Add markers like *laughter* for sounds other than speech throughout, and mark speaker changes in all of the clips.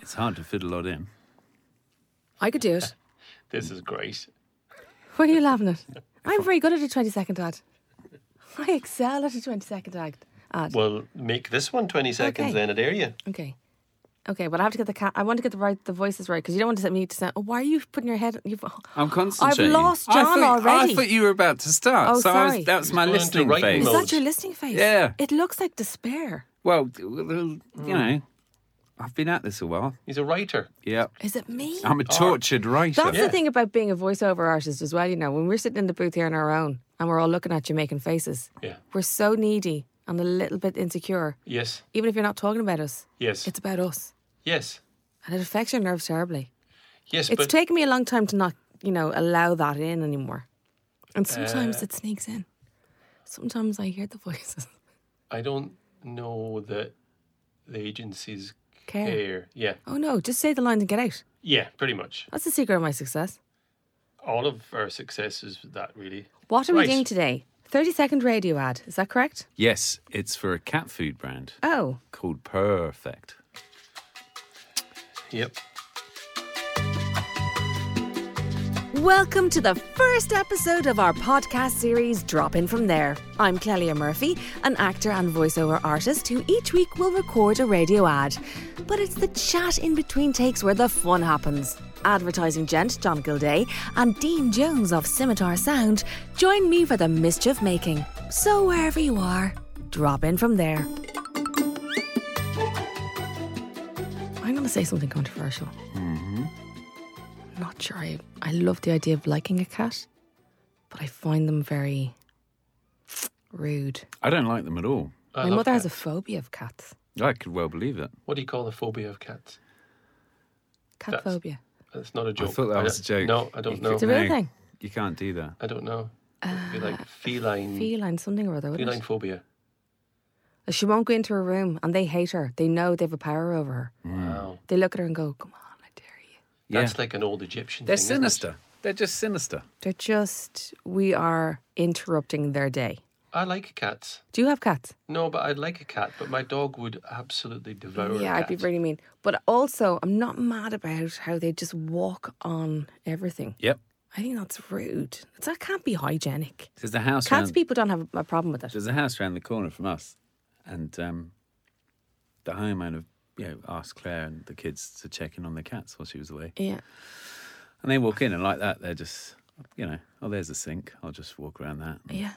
Speaker 1: It's hard to fit a lot in.
Speaker 2: I could do it.
Speaker 3: This is great.
Speaker 2: What are you laughing at? I'm very good at a 20 second ad. I excel at a 20 second ad. ad.
Speaker 3: Well, make this one 20 seconds
Speaker 2: Okay.
Speaker 3: then, it dare you.
Speaker 2: Ah, Okay. Okay, but I have to get the cat. I want to get the right, the voices right because you don't want to me to sound. Oh, why are you putting your head? You've,
Speaker 1: I'm concentrating.
Speaker 2: lost
Speaker 1: I
Speaker 2: John
Speaker 1: thought-
Speaker 2: already.
Speaker 1: I thought you were about to start.
Speaker 2: Oh,
Speaker 1: so I
Speaker 2: sorry.
Speaker 1: was, that was my
Speaker 3: He's going into
Speaker 1: listening
Speaker 3: writing
Speaker 1: phase.
Speaker 2: is
Speaker 3: mode.
Speaker 2: that your listening face?
Speaker 1: Yeah.
Speaker 2: It looks like despair.
Speaker 1: Well, d- well, you know, I've been at this a while.
Speaker 3: He's a writer.
Speaker 1: Yeah.
Speaker 2: Is it me?
Speaker 1: I'm a tortured writer.
Speaker 2: That's
Speaker 3: Yeah.
Speaker 2: the thing about being a voiceover artist as well. You know, when we're sitting in the booth here on our own and we're all looking at you making faces,
Speaker 3: Yeah.
Speaker 2: we're so needy and a little bit insecure.
Speaker 3: Yes.
Speaker 2: Even if you're not talking about us,
Speaker 3: Yes.
Speaker 2: it's about us,
Speaker 3: yes.
Speaker 2: and it affects your nerves terribly.
Speaker 3: Yes,
Speaker 2: It's
Speaker 3: but
Speaker 2: taken me a long time to not, you know, allow that in anymore.
Speaker 3: Uh,
Speaker 2: And sometimes it sneaks in. Sometimes I hear the voices. *laughs*
Speaker 3: I don't know that the agencies
Speaker 2: Care.
Speaker 3: care. Yeah.
Speaker 2: Oh no, just say the line and get out.
Speaker 3: Yeah, pretty much.
Speaker 2: That's the secret of my success.
Speaker 3: All of our success is that, really.
Speaker 2: What are we
Speaker 3: Right.
Speaker 2: doing today? 30 second radio ad. Is that correct?
Speaker 1: Yes, it's for a cat food brand
Speaker 2: Oh,
Speaker 1: called Perfect.
Speaker 3: Yep.
Speaker 2: Welcome to the first episode of our podcast series, Drop In From There. I'm Clelia Murphy, an actor and voiceover artist who each week will record a radio ad. But it's the chat in between takes where the fun happens. Advertising gent John Gilday and Dean Jones of Scimitar Sound join me for the mischief making. So wherever you are, drop in from there. I'm going to say something controversial not sure. I, I love the idea of liking a cat, but I find them very rude.
Speaker 1: I don't like them at all.
Speaker 3: I
Speaker 2: My
Speaker 3: love
Speaker 2: mother has a
Speaker 3: cats.
Speaker 2: phobia of cats.
Speaker 1: I could well believe it.
Speaker 3: What do you call the phobia of cats?
Speaker 2: Cat
Speaker 3: That's-
Speaker 2: phobia.
Speaker 3: That's not a joke.
Speaker 1: thought that
Speaker 3: I
Speaker 1: was a
Speaker 3: don't-
Speaker 1: joke.
Speaker 3: No, I don't know.
Speaker 2: It's a real thing. Uh,
Speaker 1: You can't do that.
Speaker 3: I don't know. It'd be like feline,
Speaker 2: Feline, something or other. wouldn't
Speaker 3: feline phobia.
Speaker 2: it? She won't go into her room and they hate her. They know they have a power over her.
Speaker 1: Mm.
Speaker 3: Wow.
Speaker 2: They look at her and go, come on, I dare you.
Speaker 3: That's like an old Egyptian
Speaker 1: They're
Speaker 3: thing. isn't it?
Speaker 1: sinister. They're just sinister.
Speaker 2: They're just, we are interrupting their day.
Speaker 3: I like cats.
Speaker 2: Do you have cats?
Speaker 3: No, but I'd like a cat, but my dog would absolutely devour
Speaker 2: yeah,
Speaker 3: a
Speaker 2: I'd
Speaker 3: cat.
Speaker 2: be really mean. But also, I'm not mad about how they just walk on everything.
Speaker 1: Yep.
Speaker 2: I think that's rude. That can't be hygienic.
Speaker 1: There's a house
Speaker 2: Cats
Speaker 1: round,
Speaker 2: people don't have a problem with it.
Speaker 1: there's a house round the corner from us, and um, the homeowner you know, asked Claire and the kids to check in on the cats while she was away.
Speaker 2: Yeah.
Speaker 1: And they walk in, and like that, they're just, you know, oh, there's a sink. I'll just walk around that. and,
Speaker 2: Yeah.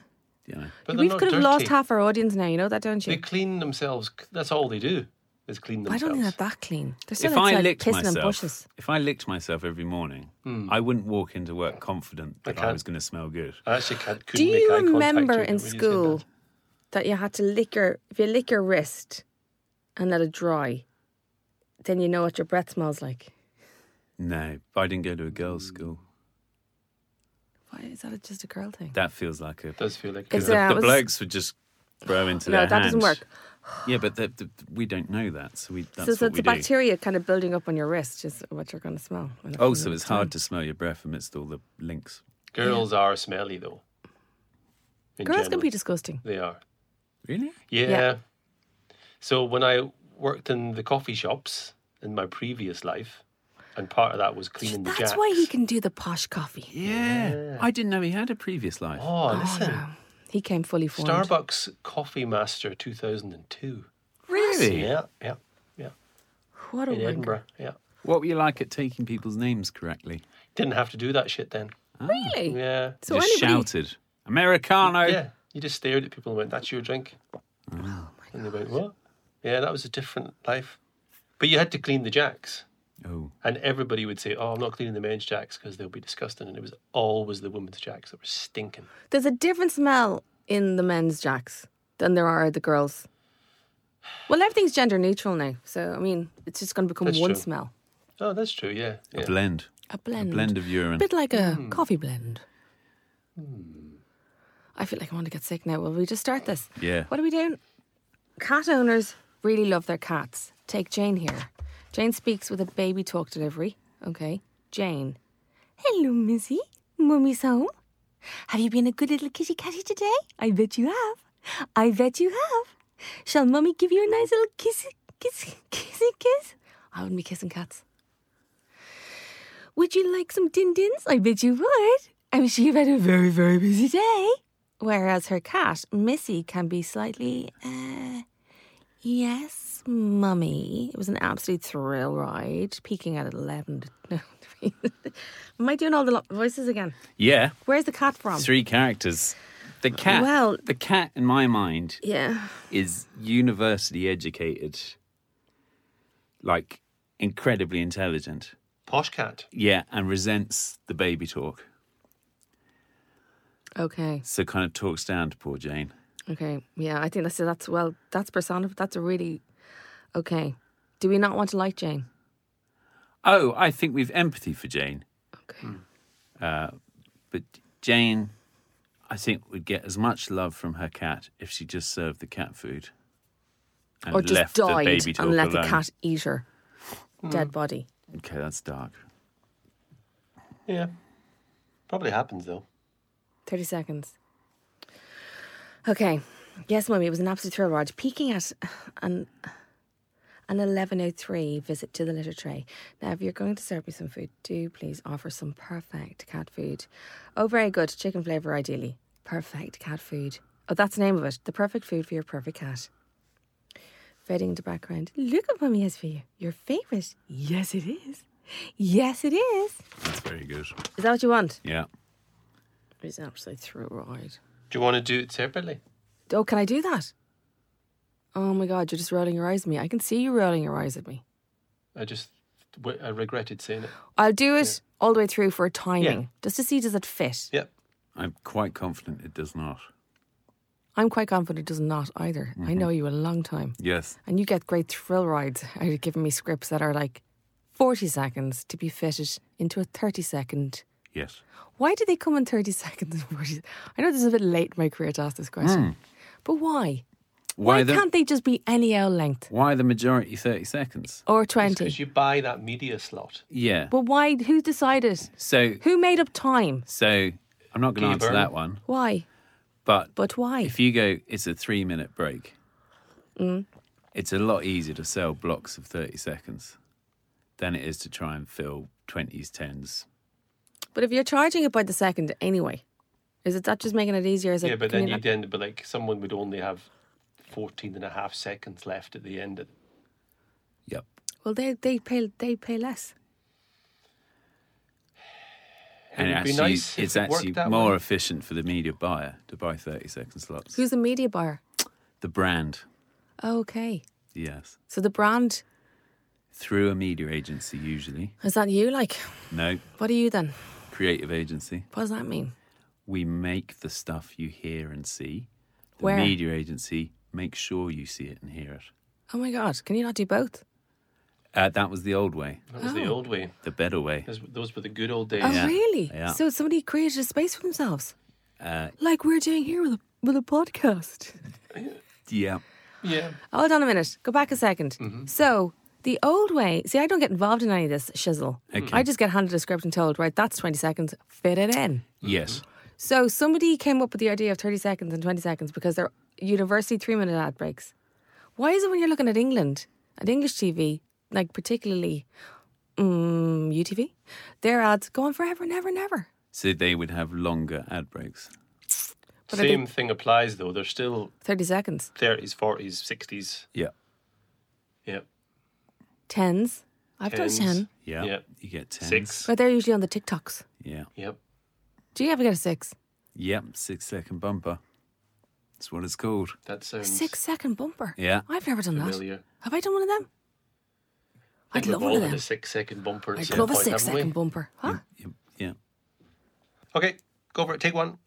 Speaker 1: you know,
Speaker 3: But they're
Speaker 2: we
Speaker 3: not
Speaker 2: could have lost
Speaker 3: dirty.
Speaker 2: half our audience now, you know that, don't
Speaker 3: They
Speaker 2: you?
Speaker 3: clean themselves. That's all they do is clean
Speaker 2: I
Speaker 3: themselves.
Speaker 2: don't think they're that clean. They're still
Speaker 1: if I
Speaker 2: outside
Speaker 1: licked
Speaker 2: pissing in
Speaker 1: myself,
Speaker 2: bushes.
Speaker 1: if I licked myself every morning, I wouldn't walk into work confident that I
Speaker 3: can't.
Speaker 1: was going to smell good.
Speaker 3: I actually
Speaker 2: Do
Speaker 3: can't. couldn't make
Speaker 2: you
Speaker 3: eye contact
Speaker 2: remember
Speaker 3: with
Speaker 2: in
Speaker 3: them when you said
Speaker 2: school
Speaker 3: that.
Speaker 2: that you had to lick your if you lick your wrist and let it dry, then you know what your breath smells like.
Speaker 1: No, but I didn't go to a girls' school.
Speaker 2: Why is that just a girl thing?
Speaker 1: That feels like a
Speaker 3: It does feel like
Speaker 2: It's
Speaker 1: because
Speaker 3: it's
Speaker 1: the,
Speaker 2: uh,
Speaker 1: the
Speaker 2: it was-
Speaker 1: blokes would just throw into
Speaker 2: no,
Speaker 1: their
Speaker 2: that doesn't
Speaker 1: hand.
Speaker 2: work.
Speaker 1: Yeah, but the, the, we don't know that, so we that's
Speaker 2: so so
Speaker 1: what
Speaker 2: it's
Speaker 1: we do.
Speaker 2: a bacteria kind of building up on your wrist is what you're gonna smell. when it
Speaker 1: Oh,
Speaker 2: comes
Speaker 1: so
Speaker 2: out
Speaker 1: it's
Speaker 2: of time.
Speaker 1: hard to smell your breath amidst all the links.
Speaker 3: girls are smelly though. In
Speaker 2: Girls can
Speaker 3: general,
Speaker 2: be disgusting.
Speaker 3: They are.
Speaker 1: Really?
Speaker 3: Yeah. So when I worked in the coffee shops in my previous life, and part of that was cleaning the
Speaker 2: That's
Speaker 3: jacks.
Speaker 2: why he can do the posh coffee.
Speaker 1: Yeah. I didn't know he had a previous life.
Speaker 3: Oh, listen,
Speaker 2: He came fully formed.
Speaker 3: Starbucks Coffee Master 2002.
Speaker 1: really?
Speaker 3: Yeah, yeah, yeah.
Speaker 2: What a
Speaker 3: In
Speaker 2: wanker.
Speaker 3: Edinburgh. Yeah.
Speaker 1: What were you like at taking people's names correctly?
Speaker 3: Didn't have to do that shit then.
Speaker 2: Really?
Speaker 3: Yeah.
Speaker 2: So
Speaker 1: just
Speaker 2: anybody,
Speaker 1: shouted, Americano.
Speaker 3: Yeah, you just stared at people and went, "That's your drink." and they went, "What?" Yeah, that was a different life. But you had to clean the jacks,
Speaker 1: Oh,
Speaker 3: and everybody would say, "Oh, I'm not cleaning the men's jacks because they'll be disgusting." And it was always the women's jacks that were stinking.
Speaker 2: there's a different smell in the men's jacks than there are the girls. Well, everything's gender neutral now, so I mean, it's just going to become
Speaker 3: That's
Speaker 2: one
Speaker 3: true.
Speaker 2: smell.
Speaker 3: Oh, that's true. Yeah,
Speaker 1: a
Speaker 3: yeah.
Speaker 1: blend.
Speaker 2: A blend.
Speaker 1: A blend of
Speaker 2: A
Speaker 1: urine.
Speaker 2: bit like a
Speaker 3: Hmm.
Speaker 2: coffee blend. I feel like I want to get sick now. Will we just start this?
Speaker 1: Yeah.
Speaker 2: What are we doing? Cat owners really love their cats. Take Jane here. Jane speaks with a baby talk delivery. Okay. Jane. Hello, Missy. Mummy's home. Have you been a good little kitty catty today? I bet you have. I bet you have. Shall Mummy give you a nice little kissy, kiss, kissy kiss? I wouldn't be kissing cats. Would you like some din dins? I bet you would. I'm sure you've had a very, very busy day. Whereas her cat, Missy, can be slightly, uh, yes, mummy. It was an absolute thrill ride, peaking out at 11. *laughs* Am I doing all the lo- voices again?
Speaker 1: Yeah,
Speaker 2: Where's the cat from?
Speaker 1: three characters. The cat.
Speaker 2: Well-
Speaker 1: the cat in my mind
Speaker 2: Yeah.
Speaker 1: is university educated, like incredibly intelligent.
Speaker 3: Posh cat.
Speaker 1: Yeah, and resents the baby talk.
Speaker 2: Okay.
Speaker 1: So kind of talks down to poor Jane.
Speaker 2: Okay. Yeah, I think that's that's well, that's personified. That's a really okay. Do we not want to like Jane?
Speaker 1: Oh, I think we've empathy for Jane,
Speaker 2: Okay.
Speaker 1: Hmm. but Jane, I think would get as much love from her cat if she just served the cat food and
Speaker 2: or just
Speaker 1: left the
Speaker 2: died
Speaker 1: baby talk
Speaker 2: and let
Speaker 1: alone.
Speaker 2: the cat eat her dead body.
Speaker 1: Okay, that's dark.
Speaker 3: Yeah. Probably happens though.
Speaker 2: Thirty seconds. Okay. Yes, mummy. It was an absolute thrill ride. Peaking at an an eleven oh three visit to the litter tray. Now, if you're going to serve me some food, do please offer some perfect cat food. Oh, very good. Chicken flavour, ideally. Perfect cat food. Oh, that's the name of it. The perfect food for your perfect cat. Fading into background. Look what mummy has for you. Your favourite. Yes, it is. Yes, it is.
Speaker 1: That's very good.
Speaker 2: Is that what you want?
Speaker 1: Yeah.
Speaker 2: It's an absolute thrill ride.
Speaker 3: Do you want to do it separately?
Speaker 2: Oh, can I do that? Oh my God, you're just rolling your eyes at me. I can see you rolling your eyes at me.
Speaker 3: I just w- I regretted saying it.
Speaker 2: I'll do it all the way through for a timing, just to see does it fit.
Speaker 3: Yep.
Speaker 1: I'm quite confident it does not.
Speaker 2: I'm quite confident it does not either. I know you a long time,
Speaker 1: Yes.
Speaker 2: and you get great thrill rides *laughs* out of giving me scripts that are like 40 seconds to be fitted into a 30 second.
Speaker 1: Yes.
Speaker 2: Why do they come in 30 *laughs* seconds and 40? I know this is a bit late in my career to ask this question, but why?
Speaker 1: Why,
Speaker 2: Why
Speaker 1: the
Speaker 2: can't they just be any old length
Speaker 1: why the majority thirty seconds?
Speaker 2: or 20?
Speaker 3: Because you buy that media slot.
Speaker 1: Yeah.
Speaker 2: But why? Who decided?
Speaker 1: So
Speaker 2: Who made up time?
Speaker 1: so I'm not going to
Speaker 3: Can you
Speaker 1: answer
Speaker 3: burn?
Speaker 1: that one.
Speaker 2: Why?
Speaker 1: But
Speaker 2: But why?
Speaker 1: if you go, it's a three minute break.
Speaker 2: Mm.
Speaker 1: It's a lot easier to sell blocks of thirty seconds than it is to try and fill twenties, tens.
Speaker 2: But if you're charging it by the second anyway, is it that just making it easier? Is it?
Speaker 3: yeah, but
Speaker 2: can
Speaker 3: then
Speaker 2: you
Speaker 3: you'd
Speaker 2: not-
Speaker 3: end up like someone would only have 14 and a half seconds left at the end. Of,
Speaker 1: Yep.
Speaker 2: well, they they pay they pay less.
Speaker 1: And
Speaker 3: It would be
Speaker 1: actually,
Speaker 3: nice if
Speaker 1: it's
Speaker 3: it worked
Speaker 1: actually
Speaker 3: that
Speaker 1: more
Speaker 3: way.
Speaker 1: efficient for the media buyer to buy thirty second slots.
Speaker 2: Who's the media buyer?
Speaker 1: the brand,
Speaker 2: Oh, okay,
Speaker 1: yes,
Speaker 2: so the brand
Speaker 1: through a media agency usually.
Speaker 2: is that you? Like,
Speaker 1: No,
Speaker 2: what are you then?
Speaker 1: creative agency.
Speaker 2: What does that mean?
Speaker 1: We make the stuff you hear and see. The
Speaker 2: Where?
Speaker 1: media agency makes sure you see it and hear it.
Speaker 2: Oh my God, can you not do both?
Speaker 1: Uh, that was the old way,
Speaker 3: that was the old way.
Speaker 1: the better way.
Speaker 3: Those, those were the good old days.
Speaker 2: Oh
Speaker 1: Yeah,
Speaker 2: really?
Speaker 1: yeah.
Speaker 2: So somebody created a space for themselves,
Speaker 1: Uh,
Speaker 2: like we're doing here with a with a podcast.
Speaker 1: yeah.
Speaker 3: Yeah.
Speaker 2: Hold on a minute. Go back a 2nd
Speaker 3: Mm-hmm.
Speaker 2: So the old way. See, I don't get involved in any of this shizzle. I just get handed a script and told, right, that's twenty seconds. Fit it in.
Speaker 1: Yes.
Speaker 2: So somebody came up with the idea of thirty seconds and twenty seconds because they're university three-minute ad breaks. Why is it when you're looking at England, at English TV, like particularly um, UTV, their ads go on forever and ever and ever?
Speaker 1: So they would have longer ad breaks.
Speaker 2: But I
Speaker 3: Same thing applies though. They're still
Speaker 2: Thirty seconds,
Speaker 3: 30s, 40s, 60s.
Speaker 1: Yeah.
Speaker 3: Yeah.
Speaker 2: tens. I've
Speaker 3: Tens.
Speaker 2: done ten,
Speaker 1: Yeah.
Speaker 3: Yeah.
Speaker 1: You get 10.
Speaker 3: Six.
Speaker 2: but they're usually on the TikToks.
Speaker 1: Yeah.
Speaker 3: Yep.
Speaker 2: Do you ever get a six?
Speaker 1: Yep. Six second bumper. That's what it's called.
Speaker 3: That sounds
Speaker 2: Six-second bumper.
Speaker 1: Yeah.
Speaker 2: I've never done that.
Speaker 3: familiar.
Speaker 2: Have I done one of them?
Speaker 3: I
Speaker 2: I'd
Speaker 3: think
Speaker 2: love one
Speaker 3: we've all
Speaker 2: of
Speaker 3: had
Speaker 2: them.
Speaker 3: a six second bumper. at
Speaker 2: I'd
Speaker 3: some
Speaker 2: love a
Speaker 3: point, haven't we?
Speaker 2: six-second bumper. Huh?
Speaker 1: Yep, Yeah.
Speaker 3: Okay, go for it. Take one.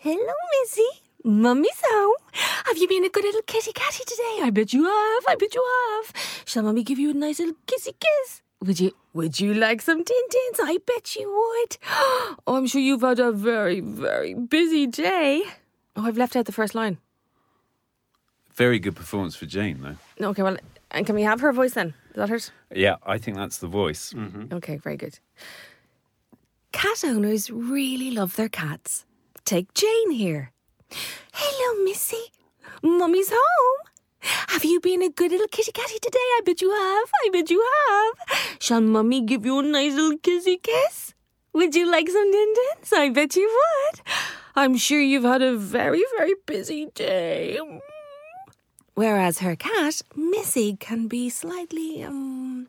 Speaker 2: Hello, Missy. Mummy's home. Have you been a good little kitty catty today? I bet you have. I bet you have. Shall Mummy give you a nice little kissy kiss? Would you would you like some tin tins? I bet you would. *gasps* Oh, I'm sure you've had a very, very busy day. Oh, I've left out the first line.
Speaker 1: Very good performance for Jane, though.
Speaker 2: No, okay, well and can we have her voice then? Is that hers?
Speaker 1: Yeah, I think that's the voice.
Speaker 3: Mm.
Speaker 2: Okay, very good. Cat owners really love their cats. Take Jane here. Hello, Missy. Mummy's home. Have you been a good little kitty catty today? I bet you have. I bet you have. Shall mummy give you a nice little kissy kiss? Would you like some din dins? I bet you would. I'm sure you've had a very, very busy day. Mm. Whereas her cat, Missy, can be slightly, um.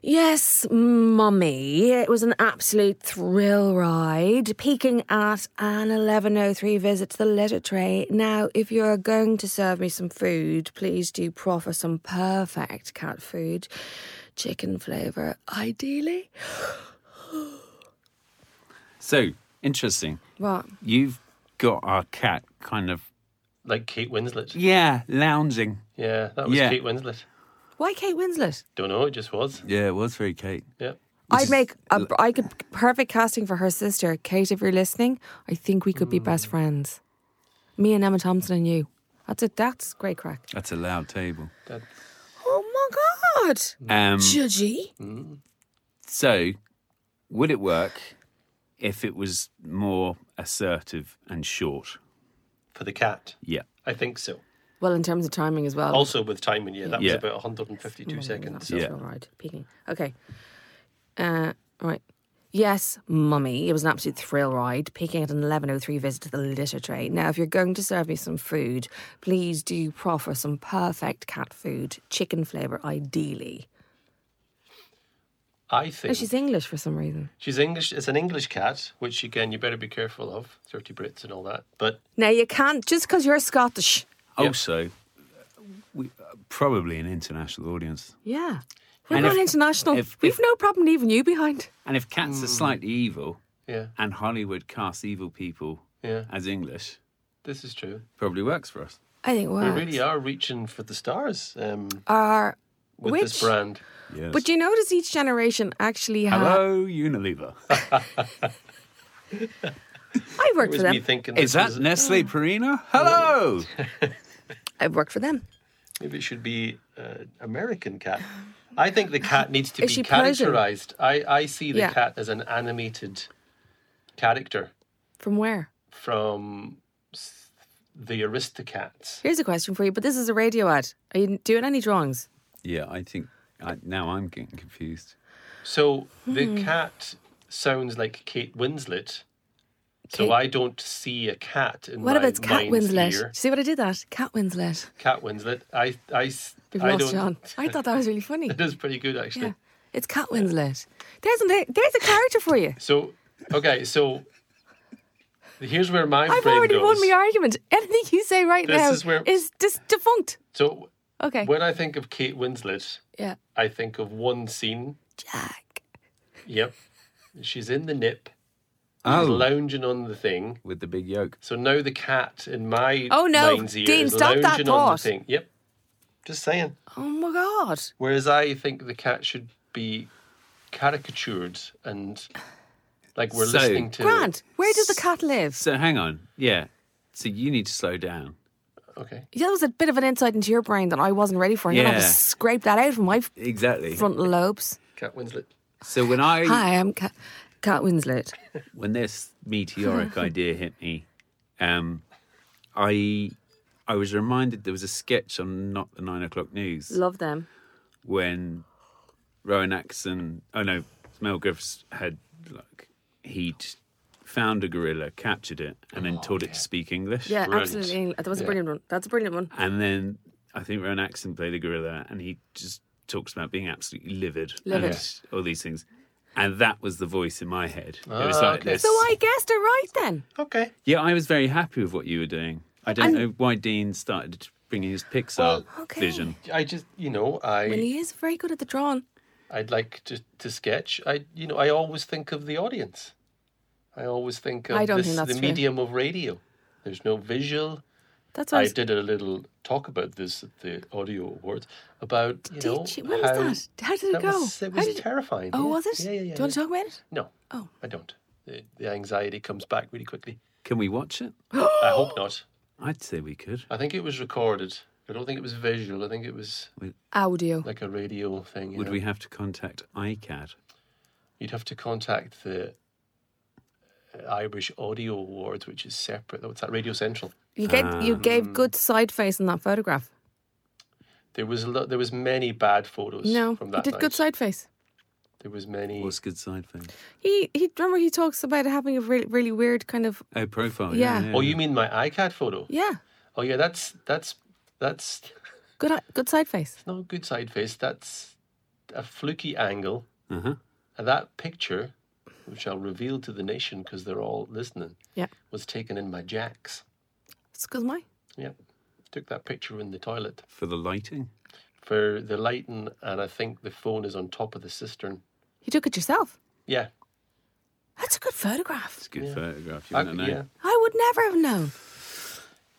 Speaker 2: Yes, mummy. It was an absolute thrill ride, peaking at an 11.03 visit to the litter tray. Now, if you're going to serve me some food, please do proffer some perfect cat food, chicken flavour, ideally.
Speaker 1: So interesting.
Speaker 2: Right.
Speaker 1: You've got our cat kind of
Speaker 3: Like Kate Winslet.
Speaker 1: yeah lounging.
Speaker 3: Yeah, that was
Speaker 1: Yeah.
Speaker 3: Kate Winslet.
Speaker 2: Why Kate Winslet?
Speaker 3: Don't know, it just was.
Speaker 1: Yeah, it was very Kate.
Speaker 3: Yeah.
Speaker 2: I'd make a, I could perfect casting for her sister, Kate. If you're listening, I think we could be best friends. Me and Emma Thompson and you. That's it. That's great crack.
Speaker 1: That's a loud table.
Speaker 3: That,
Speaker 2: Oh my god,
Speaker 3: Mm.
Speaker 1: Um,
Speaker 2: Judgy.
Speaker 1: so would it work if it was more assertive and short?
Speaker 3: for the cat,
Speaker 1: Yeah.
Speaker 3: I think so.
Speaker 2: Well, in terms of timing as well.
Speaker 3: Also with timing, yeah, that
Speaker 1: Yeah.
Speaker 3: was about 152 seconds. So.
Speaker 1: Yeah.
Speaker 2: All right, peeking. Okay. Uh, all right. Yes, mummy. It was an absolute thrill ride, peaking at an 11.03 visit to the litter tray. Now, if you're going to serve me some food, please do proffer some perfect cat food, chicken flavour, ideally.
Speaker 3: I think
Speaker 2: No, she's English for some reason.
Speaker 3: she's English. It's an English cat, which again, you better be careful of. Dirty Brits and all that. But
Speaker 2: Now, you can't, just because you're Scottish.
Speaker 1: Also, we, probably an international audience.
Speaker 2: Yeah. We're
Speaker 1: And
Speaker 2: not
Speaker 1: if-
Speaker 2: international.
Speaker 1: if-
Speaker 2: We've
Speaker 1: if-
Speaker 2: no problem leaving you behind.
Speaker 1: And if cats are slightly evil,
Speaker 3: yeah,
Speaker 1: and Hollywood casts evil people
Speaker 3: yeah,
Speaker 1: as English,
Speaker 3: this is true.
Speaker 1: probably works for us.
Speaker 2: I think
Speaker 3: We
Speaker 2: we're.
Speaker 3: really are reaching for the stars um,
Speaker 2: are.
Speaker 3: with
Speaker 2: Which-
Speaker 3: this brand.
Speaker 1: Yes.
Speaker 2: But do you notice each generation actually has.
Speaker 1: Hello, Unilever.
Speaker 2: I worked
Speaker 3: It
Speaker 2: for
Speaker 3: was
Speaker 2: them.
Speaker 3: me thinking
Speaker 1: Is
Speaker 3: this
Speaker 1: that
Speaker 3: was-
Speaker 1: Nestle Purina? Hello.
Speaker 2: I've worked for them.
Speaker 3: maybe it should be uh, American cat. I think the cat needs to
Speaker 2: Is
Speaker 3: be
Speaker 2: she Persian?
Speaker 3: characterized. I, I see the
Speaker 2: Yeah.
Speaker 3: cat as an animated character
Speaker 2: From where?
Speaker 3: from s- the Aristocats.
Speaker 2: Here's a question for you, but this is a radio ad. Are you doing any drawings?
Speaker 1: *laughs* yeah, I think I, now I'm getting confused.
Speaker 3: So
Speaker 2: Hmm.
Speaker 3: the cat sounds like Kate Winslet.
Speaker 2: Kate-
Speaker 3: So I don't see a cat in
Speaker 2: What
Speaker 3: my
Speaker 2: if it's Cat
Speaker 3: mind's
Speaker 2: Winslet?
Speaker 3: ear.
Speaker 2: See what I did that? Cat Winslet.
Speaker 3: Cat Winslet. I I s-
Speaker 2: We've
Speaker 3: I
Speaker 2: lost
Speaker 3: don't. *laughs*
Speaker 2: John. I thought that was really funny.
Speaker 3: It is pretty good actually.
Speaker 2: Yeah. It's Cat Winslet. There's a, there's a character for you.
Speaker 3: So okay, so here's where my
Speaker 2: I've
Speaker 3: brain
Speaker 2: already
Speaker 3: goes.
Speaker 2: won my argument. Anything you say right
Speaker 3: This
Speaker 2: now
Speaker 3: is where-
Speaker 2: is dis- defunct.
Speaker 3: so
Speaker 2: Okay.
Speaker 3: when I think of Kate Winslet,
Speaker 2: yeah.
Speaker 3: I think of one scene.
Speaker 2: Jack.
Speaker 3: Yep, she's in the nip. She's
Speaker 1: Oh,
Speaker 3: lounging on the thing.
Speaker 1: with the big yolk.
Speaker 3: So now the cat in my
Speaker 2: Oh, no.
Speaker 3: mind's ear
Speaker 2: Dean,
Speaker 3: is
Speaker 2: stop that
Speaker 3: lounging on
Speaker 2: thought.
Speaker 3: the thing. Yep, just saying.
Speaker 2: Oh my God.
Speaker 3: Whereas I think the cat should be caricatured and like we're
Speaker 1: So-
Speaker 3: listening to.
Speaker 2: Grant, where does the cat live?
Speaker 1: So hang on. Yeah. So you need to slow down.
Speaker 3: Okay.
Speaker 2: That was a bit of an insight into your brain that I wasn't ready for. I'm going to
Speaker 1: Yeah.
Speaker 2: have to scrape that out from my f-
Speaker 1: Exactly.
Speaker 2: frontal lobes.
Speaker 3: Cat Winslet.
Speaker 1: So when I
Speaker 2: Hi, I'm Cat, Cat Winslet.
Speaker 1: when this meteoric
Speaker 2: *laughs*
Speaker 1: idea hit me, um, I I was reminded there was a sketch on not the nine o'clock news
Speaker 2: Love them.
Speaker 1: when Rowan Atkinson, oh no, Mel Griffiths had like he'd found a gorilla, captured it, and
Speaker 3: Oh,
Speaker 1: then taught it to speak English.
Speaker 2: Yeah,
Speaker 3: Brilliant.
Speaker 2: absolutely. That was a brilliant one. That's a brilliant one.
Speaker 1: And then I think Rowan Atkinson played a gorilla, and he just talks about being absolutely livid,
Speaker 2: Livid.
Speaker 1: and all these things. And that was the voice in my head. it was
Speaker 3: Ah,
Speaker 1: like
Speaker 3: okay.
Speaker 1: this.
Speaker 2: So I guessed it right then.
Speaker 3: Okay.
Speaker 1: Yeah, I was very happy with what you were doing. I don't know why Dean started bringing his Pixar
Speaker 2: Okay.
Speaker 1: vision.
Speaker 3: I just, you know, I.
Speaker 2: Well, he is very good at the drawing.
Speaker 3: I'd like to, to sketch. I you know I always think of the audience. I always think of
Speaker 2: I don't
Speaker 3: this,
Speaker 2: think that's
Speaker 3: the
Speaker 2: fair.
Speaker 3: medium of radio. There's no visual.
Speaker 2: That's
Speaker 3: I
Speaker 2: why.
Speaker 3: did a little talk about this at the audio awards about you
Speaker 2: Did
Speaker 3: know
Speaker 2: you- when was
Speaker 3: how,
Speaker 2: that? How did it
Speaker 3: that
Speaker 2: go?
Speaker 3: Was, it
Speaker 2: How
Speaker 3: was
Speaker 2: did it-
Speaker 3: terrifying.
Speaker 2: Oh,
Speaker 3: yeah.
Speaker 2: was it?
Speaker 3: Yeah, yeah, yeah.
Speaker 2: Do you want to talk about it?
Speaker 3: No.
Speaker 2: Oh.
Speaker 3: I don't. The, the anxiety comes back really quickly.
Speaker 1: Can we watch it?
Speaker 2: Oh.
Speaker 3: I hope not.
Speaker 1: I'd say we could.
Speaker 3: I think it was recorded. I don't think it was visual. I think it was
Speaker 2: *gasps* Audio.
Speaker 3: like a radio thing. you
Speaker 1: Would
Speaker 3: know.
Speaker 1: we have to contact iCAD?
Speaker 3: You'd have to contact uh, the Irish Audio Awards, which is separate. Though it's at Radio Central.
Speaker 2: You gave you
Speaker 3: um,
Speaker 2: gave good side face in that photograph.
Speaker 3: There was a lot, there was many bad photos.
Speaker 2: No,
Speaker 3: from
Speaker 2: he
Speaker 3: that
Speaker 2: did
Speaker 3: night.
Speaker 2: good side face.
Speaker 3: There was many.
Speaker 1: What's good side thing?
Speaker 2: He he remember he talks about having a really really weird kind of
Speaker 1: Oh, profile.
Speaker 2: Yeah.
Speaker 1: Yeah.
Speaker 3: oh, you mean my iCat photo?
Speaker 2: yeah
Speaker 3: Oh yeah, that's that's that's *laughs*
Speaker 2: good eye- good side face.
Speaker 3: not a good side face. That's a fluky angle.
Speaker 1: Uh huh.
Speaker 3: And that picture, which I'll reveal to the nation because they're all listening,
Speaker 2: Yeah,
Speaker 3: was taken in my jacks.
Speaker 2: it's good my
Speaker 3: Yep. Took that picture in the toilet
Speaker 1: For the lighting.
Speaker 3: for the lighting, and I think the phone is on top of the cistern.
Speaker 2: you took it yourself.
Speaker 3: Yeah.
Speaker 2: That's a good photograph.
Speaker 1: It's a good photograph. You
Speaker 3: I,
Speaker 1: want to know?
Speaker 3: yeah.
Speaker 2: I would never have known.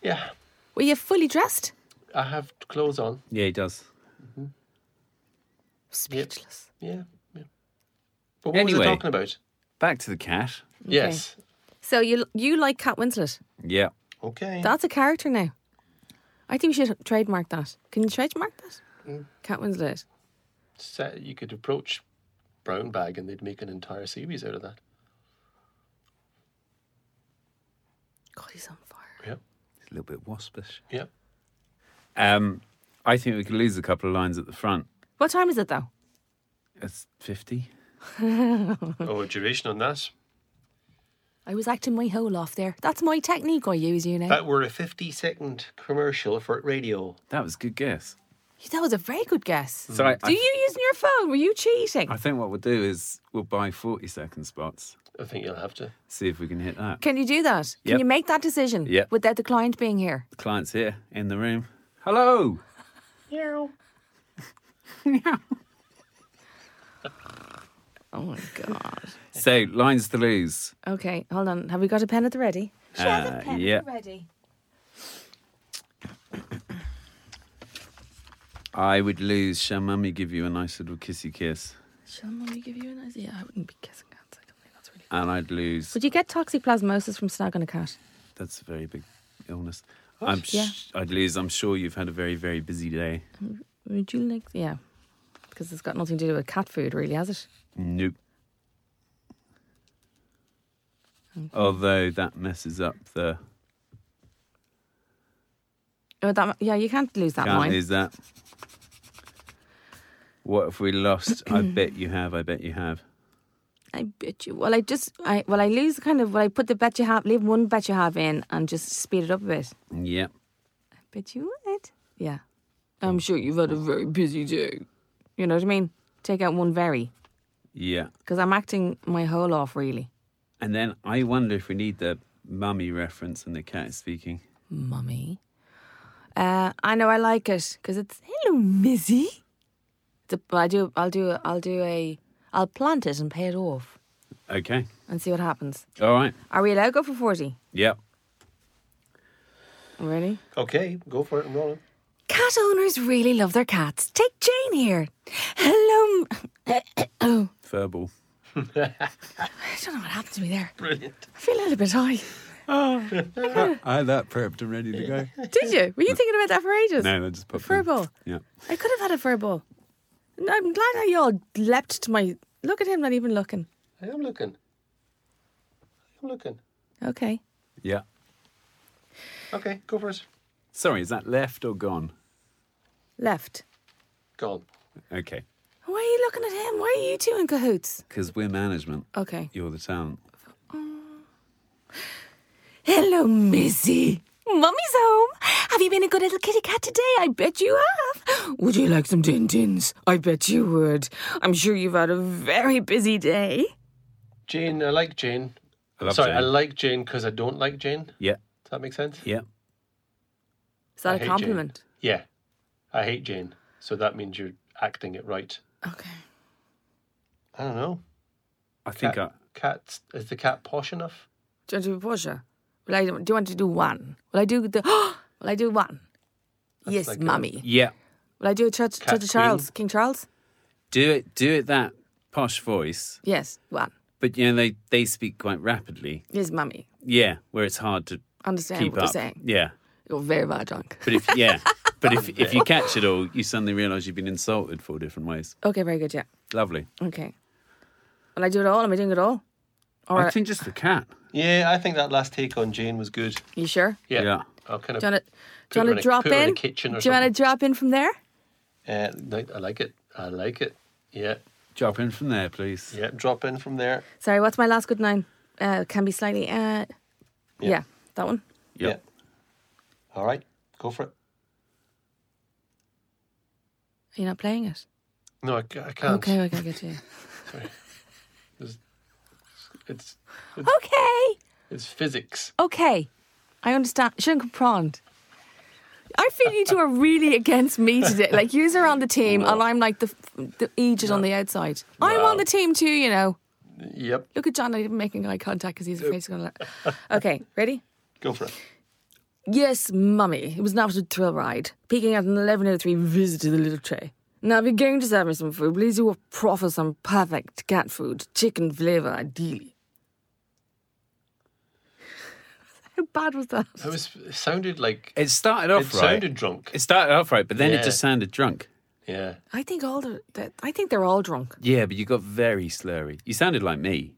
Speaker 3: Yeah.
Speaker 2: Were you fully dressed?
Speaker 3: I have clothes on.
Speaker 1: Yeah, he does.
Speaker 2: Speechless.
Speaker 3: Yeah. yeah. But what was
Speaker 1: Anyway.
Speaker 3: I talking about?
Speaker 1: Back to the cat.
Speaker 3: Yes.
Speaker 2: So you you like Cat Winslet?
Speaker 1: Yeah.
Speaker 3: Okay.
Speaker 2: That's a character now. I think we should trademark that. Can you trademark that?
Speaker 1: Mm.
Speaker 2: Cat Winslet.
Speaker 3: So you could approach Brown Bag and they'd make an entire series out of that.
Speaker 2: God, he's on fire.
Speaker 3: Yeah.
Speaker 1: It's a little bit waspish.
Speaker 3: Yeah.
Speaker 1: Um, I think we could lose a couple of lines at the front.
Speaker 2: What time is it though?
Speaker 1: That's 50.
Speaker 3: oh, duration on that.
Speaker 2: I was acting my hole off there. That's my technique I use, you know.
Speaker 3: That were a 50 second commercial for radio.
Speaker 1: That was a good guess.
Speaker 2: that was a very good guess.
Speaker 1: So I,
Speaker 2: Do
Speaker 1: I,
Speaker 2: you using your phone? Were you cheating?
Speaker 1: Mm. I think what we'll do is we'll buy 40 second spots,
Speaker 3: I think you'll have to.
Speaker 1: see if we can hit that.
Speaker 2: Can you do that? Can
Speaker 1: Yep.
Speaker 2: you make that decision
Speaker 1: Yep.
Speaker 2: without the client being here?
Speaker 1: The client's here in the room. Hello.
Speaker 2: Oh my god.
Speaker 1: *laughs* So, lines to lose.
Speaker 2: okay, hold on. Have we got a pen at the ready?
Speaker 1: Uh, yeah.
Speaker 2: Ready.
Speaker 1: I would lose. Shall mummy give you a nice little kissy kiss?
Speaker 2: Shall mommy give you an idea? I wouldn't be kissing cats. I don't think that's really.
Speaker 1: And I'd lose.
Speaker 2: Would you get toxoplasmosis from snagging a cat?
Speaker 1: That's a very big illness. I'm sh-
Speaker 2: Oh, Yeah.
Speaker 1: I'd lose. I'm sure you've had a very, very busy day.
Speaker 2: Would you like? Yeah, because it's got nothing to do with cat food, really, has it?
Speaker 1: Nope. Although that messes up the.
Speaker 2: Oh, that, yeah, you can't lose that
Speaker 1: Can't
Speaker 2: line.
Speaker 1: lose that. What if we lost?
Speaker 2: *clears throat*
Speaker 1: I bet you have. I bet you have.
Speaker 2: I bet you. Well, I just, I well, I lose kind of. Well, I put the bet you have, leave one bet you have in, and just speed it up a bit.
Speaker 1: Yep.
Speaker 2: I bet you would. Yeah, I'm sure you've had a very busy day. You know what I mean? Take out one very,
Speaker 1: Yeah.
Speaker 2: because I'm acting my whole off really.
Speaker 1: And then I wonder if we need the mummy reference and the cat is speaking.
Speaker 2: Mummy. Uh, I know I like it because it's hello, Missy. It's a, I do. I'll do. I'll do a. I'll plant it and pay it off
Speaker 1: Okay.
Speaker 2: and see what happens.
Speaker 1: All right.
Speaker 2: Are we allowed to go for forty?
Speaker 1: Yep.
Speaker 2: Ready?
Speaker 3: Okay, go for it and roll it.
Speaker 2: Cat owners really love their cats. Take Jane here. Hello. m- *coughs* Oh,
Speaker 1: Furball.
Speaker 2: I don't know what happened to me there.
Speaker 3: Brilliant.
Speaker 2: I feel a little bit high.
Speaker 1: I had that prepped and ready to go.
Speaker 2: *laughs* Did you? Were you thinking about that for ages?
Speaker 1: No, I just popped in.
Speaker 2: Furball.
Speaker 1: Yeah.
Speaker 2: I could have had a furball. No, I'm glad how you all leapt to my. Look at him, not even looking.
Speaker 3: I am looking. I am looking.
Speaker 2: Okay.
Speaker 1: Yeah.
Speaker 3: Okay, go for it.
Speaker 1: Sorry, is that left or gone?
Speaker 2: Left.
Speaker 3: Gone.
Speaker 1: Okay.
Speaker 2: Why are you looking at him? Why are you two in cahoots?
Speaker 1: Because we're management.
Speaker 2: Okay.
Speaker 1: You're the talent.
Speaker 2: Hello, Missy. Mummy's home. Have you been a good little kitty cat today? I bet you have. Would you like some din tins? I bet you would. I'm sure you've had a very busy day.
Speaker 3: Jane, I like Jane.
Speaker 1: I love
Speaker 3: Sorry, I
Speaker 1: Jane.
Speaker 3: like Jane because I don't like Jane. Does
Speaker 1: Yeah.
Speaker 3: that make sense?
Speaker 1: Yeah.
Speaker 2: Is that
Speaker 3: I
Speaker 2: a
Speaker 3: hate Jane.
Speaker 2: compliment?
Speaker 3: Yeah. I hate Jane. So that means you're acting it right.
Speaker 2: Okay.
Speaker 3: I don't know.
Speaker 1: I think I.
Speaker 3: cat, cat is the cat posh enough?
Speaker 2: Do you want to do a Porsche? Will I, do you want to do one? Will I do the. *gasps* Will I do one? yes,
Speaker 3: like a-
Speaker 2: mummy.
Speaker 1: Yeah.
Speaker 2: Will I do a Church, Church of
Speaker 3: Queen.
Speaker 2: Charles? King Charles?
Speaker 1: Do it. Do it that posh voice.
Speaker 2: Yes, one.
Speaker 1: But you know they they speak quite rapidly.
Speaker 2: Yes, mummy.
Speaker 1: Yeah. Where it's hard to
Speaker 2: Understand
Speaker 1: keep
Speaker 2: what
Speaker 1: up.
Speaker 2: you're saying.
Speaker 1: Yeah.
Speaker 2: You're very, very drunk.
Speaker 1: But if yeah. But if, if
Speaker 3: *laughs*
Speaker 1: you catch it all, you suddenly realise you've been insulted four different ways.
Speaker 2: Okay, very good, yeah.
Speaker 1: Lovely.
Speaker 2: Okay. Will I do it all? Am I doing it all? All
Speaker 1: I
Speaker 2: right.
Speaker 1: think just the cat.
Speaker 3: Yeah, I think that last take on Jane was good.
Speaker 2: You sure?
Speaker 3: Yeah.
Speaker 1: Yeah.
Speaker 3: I'll kind of
Speaker 2: Do you want to, do you
Speaker 3: put it
Speaker 2: want
Speaker 3: in
Speaker 2: to
Speaker 3: a-
Speaker 2: drop
Speaker 3: put it in a
Speaker 2: in?
Speaker 3: kitchen or
Speaker 2: do you want to
Speaker 3: something.
Speaker 2: drop in from there?
Speaker 3: Uh, no, I like it. I like it. Yeah,
Speaker 1: Drop in from there, please.
Speaker 3: yeah. Drop in from there.
Speaker 2: Sorry, what's my last good nine? Uh, can be slightly. Uh, yeah. that one.
Speaker 1: Yep.
Speaker 3: Yeah. All right, go for it.
Speaker 2: Are you not playing it?
Speaker 3: No, I, ca- I can't.
Speaker 2: Okay, okay, I get you. *laughs*
Speaker 3: It's it's,
Speaker 2: okay,
Speaker 3: it's physics.
Speaker 2: okay. I understand. Shouldn't comprehend. I feel you two are really against me today.
Speaker 3: *laughs*
Speaker 2: Like, yous are on the team, and I'm like the, the agent on the outside. I'm on the team too, you know.
Speaker 3: Yep,
Speaker 2: Look at John not even making eye contact because he's afraid he's going
Speaker 3: *laughs*
Speaker 2: to. Okay, ready?
Speaker 3: go for it.
Speaker 2: Yes, mummy. It was an absolute thrill ride. Peeking at an 1103 visit to the little tray. Now, if you're going to serve me some food, please you proffer some perfect cat food, chicken flavour, ideally. *laughs* How bad was that?
Speaker 3: That was it sounded like
Speaker 1: It started
Speaker 3: it
Speaker 1: off right.
Speaker 3: sounded drunk.
Speaker 1: It started off right, but then
Speaker 3: Yeah.
Speaker 1: it just sounded drunk.
Speaker 3: Yeah,
Speaker 2: I think all the, that I think they're all drunk.
Speaker 1: Yeah, but you got very slurry. You sounded like me,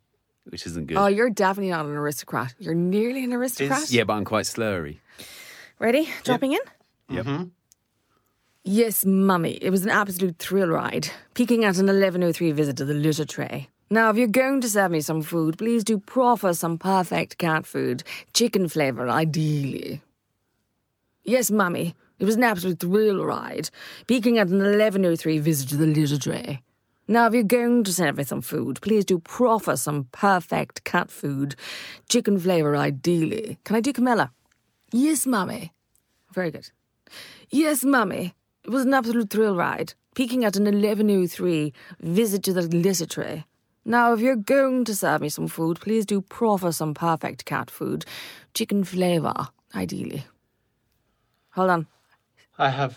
Speaker 1: which isn't good.
Speaker 2: Oh, you're definitely not an aristocrat. You're nearly an aristocrat.
Speaker 1: yeah, but I'm quite slurry.
Speaker 2: Ready? Dropping in?
Speaker 1: Yep.
Speaker 2: Yes, mummy. It was an absolute thrill ride. Peeking at an 1103 visit to the litter tray. Now, if you're going to serve me some food, please do proffer some perfect cat food. Chicken flavour, ideally. Yes, mummy. It was an absolute thrill ride. Peeking at an 1103 visit to the litter tray. Now, if you're going to serve me some food, please do proffer some perfect cat food. Chicken flavour, ideally. Can I do Camilla? Yes, mummy. Very good. Yes, mummy. It was an absolute thrill ride. Peeking at an 1103 visit to the litter tray. Now, if you're going to serve me some food, please do proffer some perfect cat food. Chicken flavour, ideally. Hold on.
Speaker 3: I have.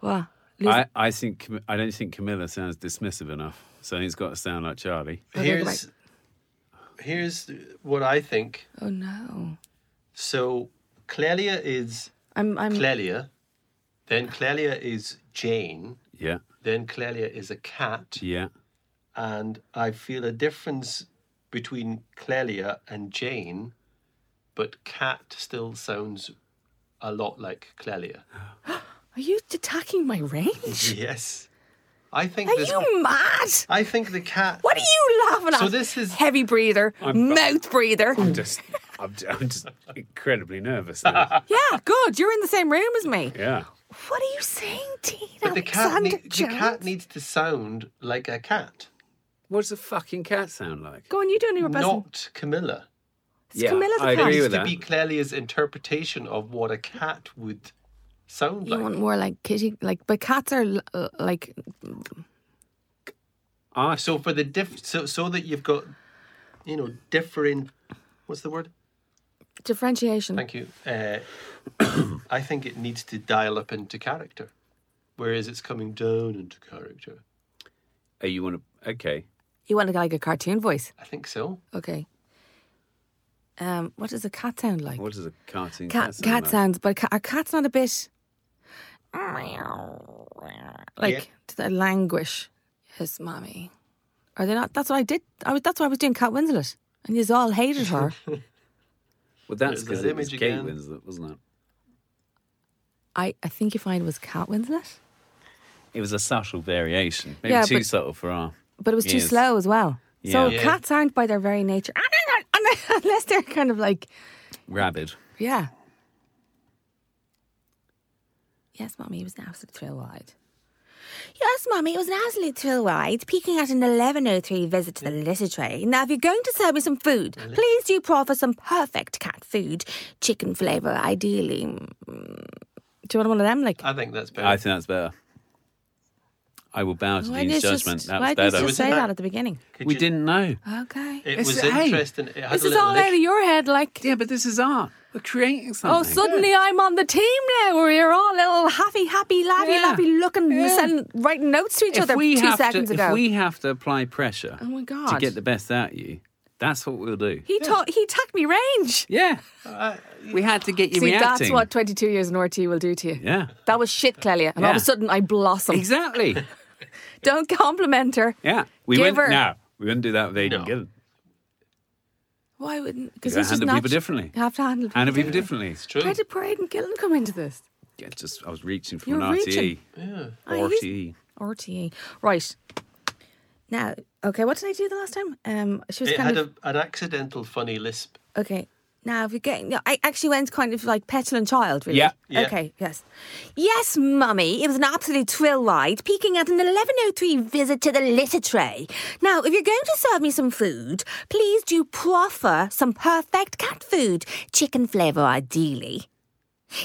Speaker 2: What?
Speaker 1: I, I think Cam- I don't think Camilla sounds dismissive enough, so I think it's got to sound like Charlie.
Speaker 2: Okay, go
Speaker 3: Here's here's what I think.
Speaker 2: Oh, no.
Speaker 3: So Clelia is
Speaker 2: I'm. I'm
Speaker 3: Clelia, then Clelia is Jane,
Speaker 1: Yeah,
Speaker 3: then Clelia is a cat,
Speaker 1: yeah.
Speaker 3: and I feel a difference between Clelia and Jane, but cat still sounds a lot like Clelia. *laughs*
Speaker 2: are you attacking my range?
Speaker 3: Yes, I think
Speaker 2: Are
Speaker 3: this.
Speaker 2: you mad?
Speaker 3: I think the cat.
Speaker 2: What are you laughing at?
Speaker 3: So this is-
Speaker 2: Heavy breather, mouth
Speaker 3: *laughs*
Speaker 2: breather.
Speaker 1: Just, I'm, I'm just incredibly nervous. Now.
Speaker 3: *laughs*
Speaker 2: yeah, good. You're in the same room as me.
Speaker 1: Yeah,
Speaker 2: What are you saying, Tina?
Speaker 3: But the cat,
Speaker 2: Alexander
Speaker 3: ne- the cat
Speaker 2: Jones?
Speaker 3: needs to sound like a cat,
Speaker 1: what does a fucking cat sound like?
Speaker 2: Go on, you don't need your best.
Speaker 3: not Camilla.
Speaker 2: It's Camilla the
Speaker 1: I
Speaker 2: cat.
Speaker 1: agree with
Speaker 3: to
Speaker 1: that.
Speaker 3: be Clelia's interpretation of what a cat would sound
Speaker 2: You
Speaker 3: like.
Speaker 2: want more like kitty, like, but cats are l- uh, like,
Speaker 1: I,
Speaker 3: So for the diff, so so that you've got, you know, differing. What's the word?
Speaker 2: differentiation.
Speaker 3: Thank you. Uh, *coughs* I think it needs to dial up into character, whereas it's coming down into character.
Speaker 1: oh, you want to? Okay,
Speaker 2: you want like a cartoon voice.
Speaker 3: I think so.
Speaker 2: Okay. Um, what does a cat sound like?
Speaker 1: what does a cartoon
Speaker 2: cat
Speaker 1: cat sound
Speaker 2: cat
Speaker 1: like?
Speaker 2: sounds, but ca- are cats not a bit like do they languish? His mommy, are they not? That's what I did. I was, that's why I was doing Cat Winslet, and you all hated
Speaker 3: *laughs*
Speaker 2: her.
Speaker 1: Well, that's
Speaker 3: There's
Speaker 1: because
Speaker 3: that
Speaker 1: it was
Speaker 3: image
Speaker 1: Kate
Speaker 3: again.
Speaker 1: Winslet, wasn't it?
Speaker 2: I I think you find it was Cat Winslet,
Speaker 1: It was a subtle variation, maybe
Speaker 2: Yeah,
Speaker 1: too
Speaker 2: but-
Speaker 1: subtle for our.
Speaker 2: but it was too
Speaker 1: Yes.
Speaker 2: slow as well. So
Speaker 1: Yeah.
Speaker 2: cats aren't by their very nature, *laughs* unless they're kind of like
Speaker 1: Rabid.
Speaker 2: yeah. Yes, mommy, it was an absolute thrill ride. Yes, Mummy, it was an absolute thrill ride, peeking at an 11.03 visit to the litter tray. Now, if you're going to serve me some food, please do proffer some perfect cat food. Chicken flavour, ideally. Mm. Do you want one of them? Like,
Speaker 3: I think that's better.
Speaker 1: I think that's better. I will bow to
Speaker 2: did
Speaker 1: Dean's
Speaker 2: you just-
Speaker 1: judgment.
Speaker 2: why
Speaker 1: that's
Speaker 2: did you
Speaker 1: better.
Speaker 2: just
Speaker 3: It
Speaker 2: say
Speaker 3: was-
Speaker 2: that at the beginning?
Speaker 3: Could
Speaker 1: we
Speaker 3: you-
Speaker 1: didn't know.
Speaker 2: Okay.
Speaker 3: It
Speaker 1: It's-
Speaker 3: was
Speaker 1: hey,
Speaker 3: interesting. It had
Speaker 2: this
Speaker 3: a
Speaker 2: is
Speaker 3: little
Speaker 2: all
Speaker 3: lick.
Speaker 2: out of your head, like...
Speaker 1: Yeah, but this is art. We're creating something.
Speaker 2: Oh, suddenly I'm on the team now, where you're all little happy, happy, lappy,
Speaker 1: Yeah.
Speaker 2: lappy, looking,
Speaker 1: Yeah.
Speaker 2: sending, writing notes to each
Speaker 1: if
Speaker 2: other
Speaker 1: we
Speaker 2: two
Speaker 1: have
Speaker 2: seconds
Speaker 1: to,
Speaker 2: ago.
Speaker 1: If we have to apply pressure
Speaker 2: Oh my
Speaker 1: to
Speaker 2: God.
Speaker 1: get the best out of you, that's what we'll do.
Speaker 2: He taught. He attacked me range.
Speaker 1: Yeah. we had to get you
Speaker 2: See,
Speaker 1: reacting.
Speaker 2: that's what 22 years in RT will do to you.
Speaker 1: Yeah.
Speaker 2: That was shit, Clelia. And all of
Speaker 1: Yeah.
Speaker 2: a sudden, I blossom.
Speaker 1: Exactly.
Speaker 2: Don't compliment her.
Speaker 1: Yeah. We
Speaker 2: Give
Speaker 1: wouldn't.
Speaker 2: her-
Speaker 1: No, we wouldn't do that with Aidan
Speaker 3: No.
Speaker 1: Gillen.
Speaker 2: Why wouldn't? Because
Speaker 1: You
Speaker 2: it's just
Speaker 1: handle people
Speaker 2: natu-
Speaker 1: differently.
Speaker 2: You have to handle people.
Speaker 1: Handle people differently.
Speaker 3: It's true.
Speaker 2: Where did Parade and Gillen come into this?
Speaker 1: Yeah, just I was reaching for
Speaker 2: You
Speaker 1: an E.
Speaker 2: were reaching.
Speaker 1: RTE.
Speaker 3: Yeah.
Speaker 2: I
Speaker 1: Or
Speaker 2: used-
Speaker 1: RTE.
Speaker 2: RTE. E. Right. Now, okay, what did I do the last time? Um, she was
Speaker 3: It
Speaker 2: kind
Speaker 3: had
Speaker 2: of.
Speaker 3: a, an accidental funny lisp.
Speaker 2: Okay. Now, if you're getting, no, I actually went kind of like petulant child, really.
Speaker 1: Yeah.
Speaker 3: Yeah.
Speaker 2: Okay. Yes. Yes, mummy. It was an absolute thrill ride, peaking at an 11:03 visit to the litter tray. Now, if you're going to serve me some food, please do proffer some perfect cat food, chicken flavour, ideally.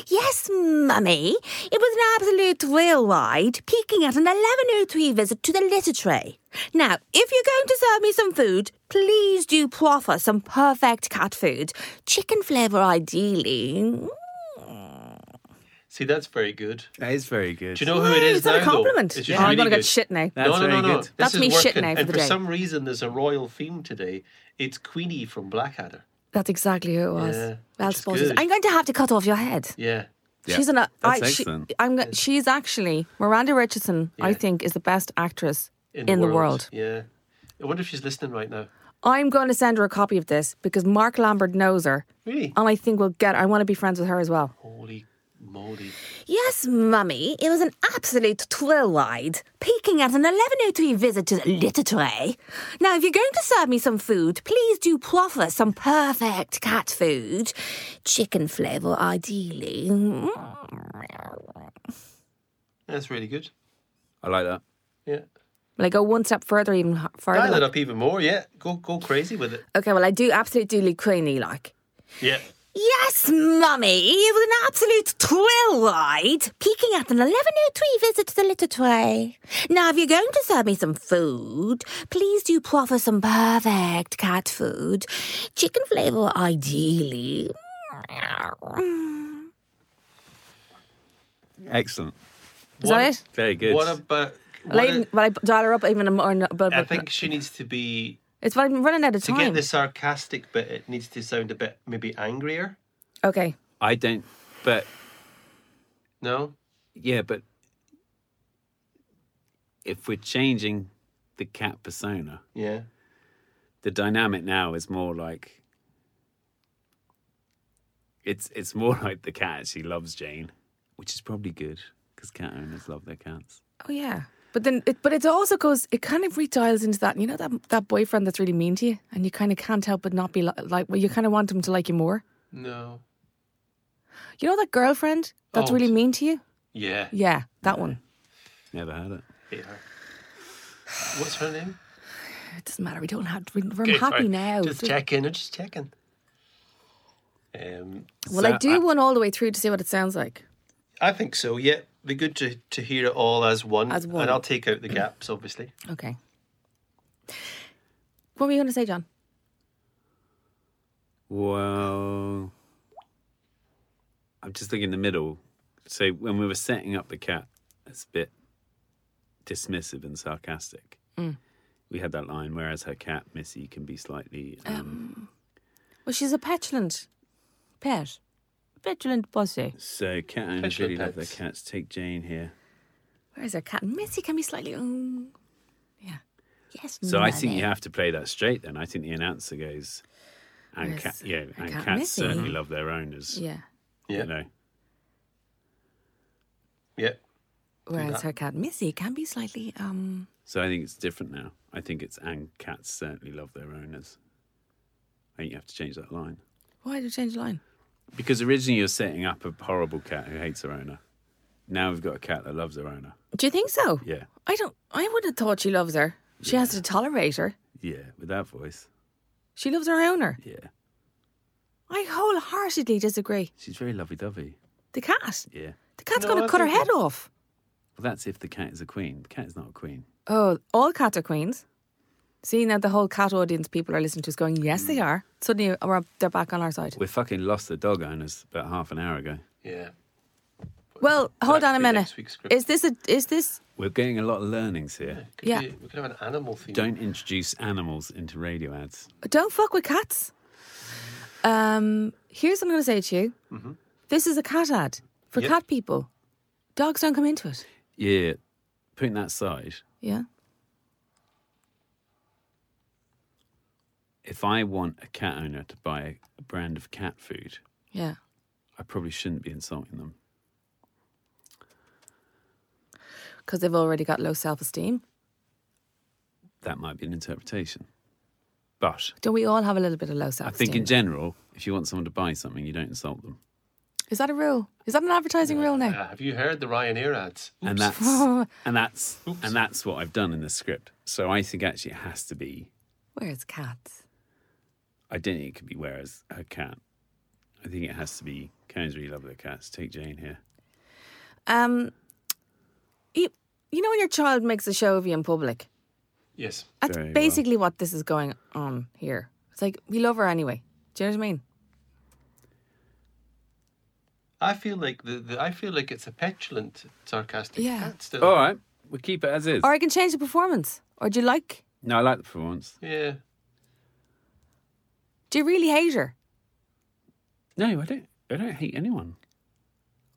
Speaker 2: Yes, mummy. It was an absolute thrill ride, peaking at an 11.03 visit to the litter tray. Now, if you're going to serve me some food, please do proffer some perfect cat food. Chicken flavour, ideally. Mm.
Speaker 3: See, that's very good.
Speaker 1: That is very good.
Speaker 3: Do you know who Oh, it is
Speaker 2: is that a
Speaker 3: now, though?
Speaker 2: compliment?
Speaker 3: It's
Speaker 2: Oh,
Speaker 3: just
Speaker 2: I'm
Speaker 3: really
Speaker 2: gonna get
Speaker 3: good.
Speaker 2: shit now.
Speaker 1: That's
Speaker 3: no, no,
Speaker 1: very
Speaker 3: no, no.
Speaker 1: good.
Speaker 3: This
Speaker 2: That's
Speaker 3: is
Speaker 2: me
Speaker 3: working.
Speaker 2: shitting now for
Speaker 3: and
Speaker 2: the
Speaker 3: for
Speaker 2: day.
Speaker 3: some reason, there's a royal theme today. It's Queenie from Blackadder.
Speaker 2: That's exactly who it was.
Speaker 3: Yeah,
Speaker 2: well
Speaker 3: which is
Speaker 2: spotted.
Speaker 3: good.
Speaker 2: I'm going to have to cut off your head.
Speaker 3: Yeah.
Speaker 1: Yeah,
Speaker 2: She's an. uh,
Speaker 1: that's
Speaker 2: I, she,
Speaker 1: excellent.
Speaker 2: I'm. go- She's actually Miranda Richardson. I
Speaker 3: Yeah.
Speaker 2: think is the best actress in,
Speaker 3: the,
Speaker 2: the world.
Speaker 3: Yeah. I wonder if she's listening right now.
Speaker 2: I'm going to send her a copy of this because Mark Lambert knows her.
Speaker 3: Really?
Speaker 2: And I think we'll get. I want to be friends with her as well.
Speaker 3: Holy moly.
Speaker 2: Yes, mummy. It was an absolute thrill ride, peaking at an 11:03 visit to the litter tray. Now, if you're going to serve me some food, please do proffer some perfect cat food, chicken flavour, ideally.
Speaker 3: That's really good.
Speaker 1: I like that.
Speaker 3: Yeah.
Speaker 2: Will I go one step further, even h- further?
Speaker 3: Dial it
Speaker 2: like?
Speaker 3: up even more. Yeah. Go go crazy with it.
Speaker 2: Okay, well, I do absolutely do Queenie like.
Speaker 3: Yeah.
Speaker 2: Yes, mummy. It was an absolute thrill ride, peaking at an 11.03 visit to the litter tray. Now, if you're going to serve me some food, please do proffer some perfect cat food. Chicken flavour, ideally.
Speaker 1: Excellent.
Speaker 2: Is
Speaker 3: What-
Speaker 2: that it?
Speaker 1: Very good.
Speaker 3: What about. what
Speaker 2: Well, I,
Speaker 3: a-
Speaker 2: even- well, I dial her up even more. no, But,
Speaker 3: I
Speaker 2: but-
Speaker 3: think she needs to be.
Speaker 2: it's well, I'm running out of
Speaker 3: To get
Speaker 2: time.
Speaker 3: the sarcastic bit, it needs to sound a bit maybe angrier.
Speaker 2: Okay.
Speaker 1: I don't. But
Speaker 3: No?
Speaker 1: yeah, but if we're changing the cat persona,
Speaker 3: Yeah.
Speaker 1: the dynamic now is more like it's it's more *laughs* like the cat actually loves Jane, which is probably good because cat owners love their cats.
Speaker 2: Oh yeah. But then, it, but it also goes. It kind of redials into that. You know that that boyfriend that's really mean to you, and you kind of can't help but not be li- like. Well, you kind of want him to like you more.
Speaker 3: No.
Speaker 2: You know that girlfriend that's
Speaker 3: Oh.
Speaker 2: really mean to you?
Speaker 3: Yeah.
Speaker 2: Yeah, that one.
Speaker 1: Never had it.
Speaker 3: Hate her. What's her name?
Speaker 2: *sighs* It doesn't matter. We don't have. we- We're
Speaker 3: Okay,
Speaker 2: happy
Speaker 3: sorry.
Speaker 2: now.
Speaker 3: Just checking. I'm just checking. Um,
Speaker 2: well,
Speaker 1: So
Speaker 2: I do one all the way through to see what it sounds like.
Speaker 3: I think so. Yeah, be good to to hear it all as one.
Speaker 2: As one.
Speaker 3: And I'll take out the gaps, obviously.
Speaker 2: Okay. What were you going to say, John?
Speaker 1: Well, I'm just thinking the middle. So when we were setting up the cat, it's a bit dismissive and sarcastic. We had that line, whereas her cat Missy can be slightly. Um,
Speaker 2: Well, she's a petulant pet, petulant pussy.
Speaker 1: so cat owners
Speaker 3: Petulant
Speaker 1: really love their
Speaker 3: pets.
Speaker 1: cats. Take Jane here.
Speaker 2: Where's her cat? Missy can be slightly. Oh, yeah. Yes.
Speaker 1: So I think
Speaker 2: mummy.
Speaker 1: you have to play that straight. Then I think the announcer goes, and
Speaker 2: Yes,
Speaker 1: cat, yeah,
Speaker 2: and
Speaker 1: and
Speaker 2: cat
Speaker 1: cats
Speaker 2: Missy.
Speaker 1: certainly love their owners.
Speaker 2: Yeah.
Speaker 3: Yeah.
Speaker 1: You know,
Speaker 3: Yeah.
Speaker 2: Whereas her cat Missy can be slightly um
Speaker 1: so I think it's different now. I think it's and cats certainly love their owners. I think you have to change that line.
Speaker 2: why did you change the line?
Speaker 1: Because originally you're setting up a horrible cat who hates her owner. Now we've got a cat that loves her owner.
Speaker 2: Do you think so?
Speaker 1: Yeah,
Speaker 2: I don't I would have thought she loves her. She has to tolerate her.
Speaker 1: yeah, with that voice.
Speaker 2: She loves her owner.
Speaker 1: Yeah.
Speaker 2: I wholeheartedly disagree.
Speaker 1: She's very lovey dovey.
Speaker 2: The cat.
Speaker 1: Yeah.
Speaker 2: The cat's
Speaker 3: No,
Speaker 2: gonna
Speaker 3: I
Speaker 2: cut her
Speaker 3: think
Speaker 2: head off.
Speaker 1: Well, that's if the cat is a queen. The cat is not a queen.
Speaker 2: Oh, all cats are queens. Seeing that the whole cat audience people are listening to is going, Yes they
Speaker 3: Hmm.
Speaker 2: are. Suddenly we're, they're back on our side.
Speaker 1: We fucking lost the dog owners about half an hour ago.
Speaker 3: Yeah.
Speaker 2: Well, hold
Speaker 3: That'll
Speaker 2: on a
Speaker 3: be
Speaker 2: minute.
Speaker 3: next week's script.
Speaker 2: Is this a is this
Speaker 1: We're getting a lot of learnings here.
Speaker 3: Could
Speaker 2: Yeah.
Speaker 3: be- we could have an animal theme.
Speaker 1: Don't introduce animals into radio ads.
Speaker 2: Don't fuck with cats. Um, here's what I'm going to say to you.
Speaker 1: Mm-hmm.
Speaker 2: This is a cat ad for
Speaker 3: Yep.
Speaker 2: cat people. Dogs don't come into it.
Speaker 1: Yeah. Putting that aside,
Speaker 2: Yeah.
Speaker 1: if I want a cat owner to buy a brand of cat food,
Speaker 2: Yeah.
Speaker 1: I probably shouldn't be insulting them.
Speaker 2: Because they've already got low self esteem.
Speaker 1: That might be an interpretation. But
Speaker 2: Don't we all have a little bit of low
Speaker 1: I
Speaker 2: self esteem?
Speaker 1: think in general, if you want someone to buy something, you don't insult them.
Speaker 2: Is that a rule? Is that an advertising rule now?
Speaker 3: Uh, have you heard the Ryanair ads?
Speaker 1: And that's and that's and that's what I've done in this script. So I think actually it has to be
Speaker 2: Where's cats?
Speaker 1: I don't think it could be whereas her cat. I think it has to be Karen's really love their cats. Take Jane here.
Speaker 2: Um, you, you know when your child makes a show of you in public?
Speaker 3: Yes.
Speaker 2: That's
Speaker 1: Very well.
Speaker 2: basically what this is going on here. It's like, we love her anyway. Do you know what I mean?
Speaker 3: I feel like the, the I feel like it's a petulant, sarcastic
Speaker 2: Yeah.
Speaker 3: cat still.
Speaker 1: All right, we'll keep it as is.
Speaker 2: Or I can change the performance. Or do you like,
Speaker 1: No, I like the performance.
Speaker 3: Yeah.
Speaker 2: do you really hate her?
Speaker 1: No, I don't. I don't hate anyone.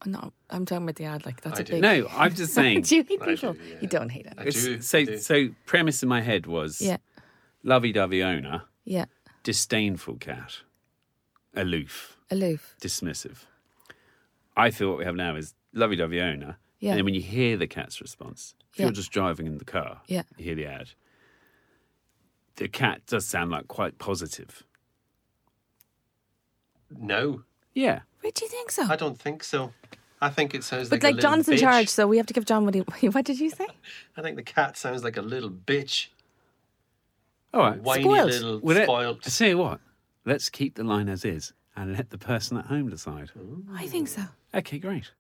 Speaker 2: Oh, No, I'm talking about the ad. Like, that's
Speaker 3: I
Speaker 2: a *laughs*
Speaker 3: do.
Speaker 2: big.
Speaker 1: No, I'm just saying.
Speaker 2: do you hate
Speaker 3: I do,
Speaker 2: people?
Speaker 3: yeah.
Speaker 2: You don't hate it.
Speaker 3: I
Speaker 1: It's-
Speaker 3: do,
Speaker 1: so,
Speaker 3: do.
Speaker 1: so premise in my head was
Speaker 2: Yeah,
Speaker 1: lovey-dovey owner,
Speaker 2: yeah.
Speaker 1: disdainful cat, aloof,
Speaker 2: Aloof.
Speaker 1: dismissive. I feel what we have now is lovey-dovey owner,
Speaker 2: Yeah.
Speaker 1: and then when you hear the cat's response, if
Speaker 2: Yeah.
Speaker 1: you're just driving in the car,
Speaker 2: Yeah.
Speaker 1: you hear the ad. The cat does sound like quite positive.
Speaker 3: No,
Speaker 1: Yeah,
Speaker 2: Wait, do you think so?
Speaker 3: I don't think so. I think it sounds
Speaker 2: Oh. But
Speaker 3: like
Speaker 2: like
Speaker 3: a little
Speaker 2: John's in
Speaker 3: bitch.
Speaker 2: charge, so we have to give John what he. *laughs* What did you say?
Speaker 3: I think the cat sounds like a little bitch,
Speaker 1: all right.
Speaker 3: whiny
Speaker 2: Spoiled.
Speaker 3: little
Speaker 1: Well, let-
Speaker 3: spoilt.
Speaker 1: I tell you what, let's keep the line as is and let the person at home decide.
Speaker 3: Mm-hmm.
Speaker 2: I think so.
Speaker 1: Okay, great.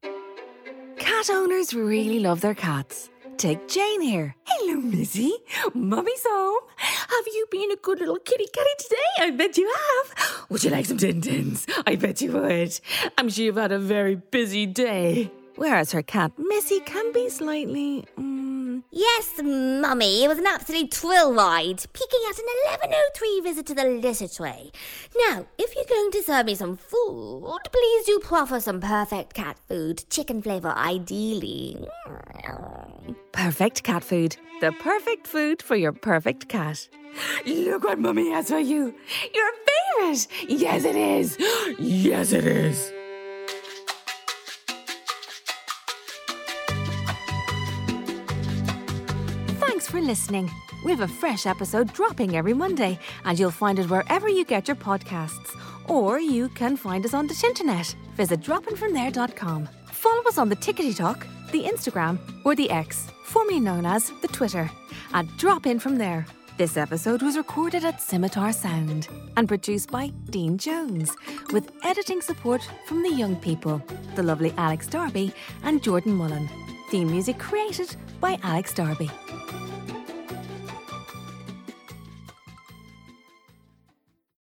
Speaker 2: Cat owners really love their cats. Take Jane here. Hello, Missy. Mummy's home. Have you been a good little kitty catty today? I bet you have. Would you like some Tin Tins? I bet you would. I'm sure you've had a very busy day. Whereas her cat, Missy, can be slightly. mm,
Speaker 4: Yes, Mummy, it was an absolute thrill ride, peaking at an 1103 visit to the litter Now, if you're going to serve me some food, please do proffer some perfect cat food, chicken flavour ideally.
Speaker 2: Perfect cat food. The perfect food for your perfect cat. Look what Mummy has for you. Your favourite. Yes, it is. Yes, it is. Thanks for listening. We have a fresh episode dropping every Monday, and you'll find it wherever you get your podcasts. Or you can find us on the internet. Visit droppinfromthere.com. Follow us on the Tickety Talk, the Instagram, or the X, formerly known as the Twitter, at Drop In From There. This episode was recorded at Scimitar Sound and produced by Dean Jones, with editing support from the young people, the lovely Alex Darby and Jordan Mullen. Theme music created by Alex Darby.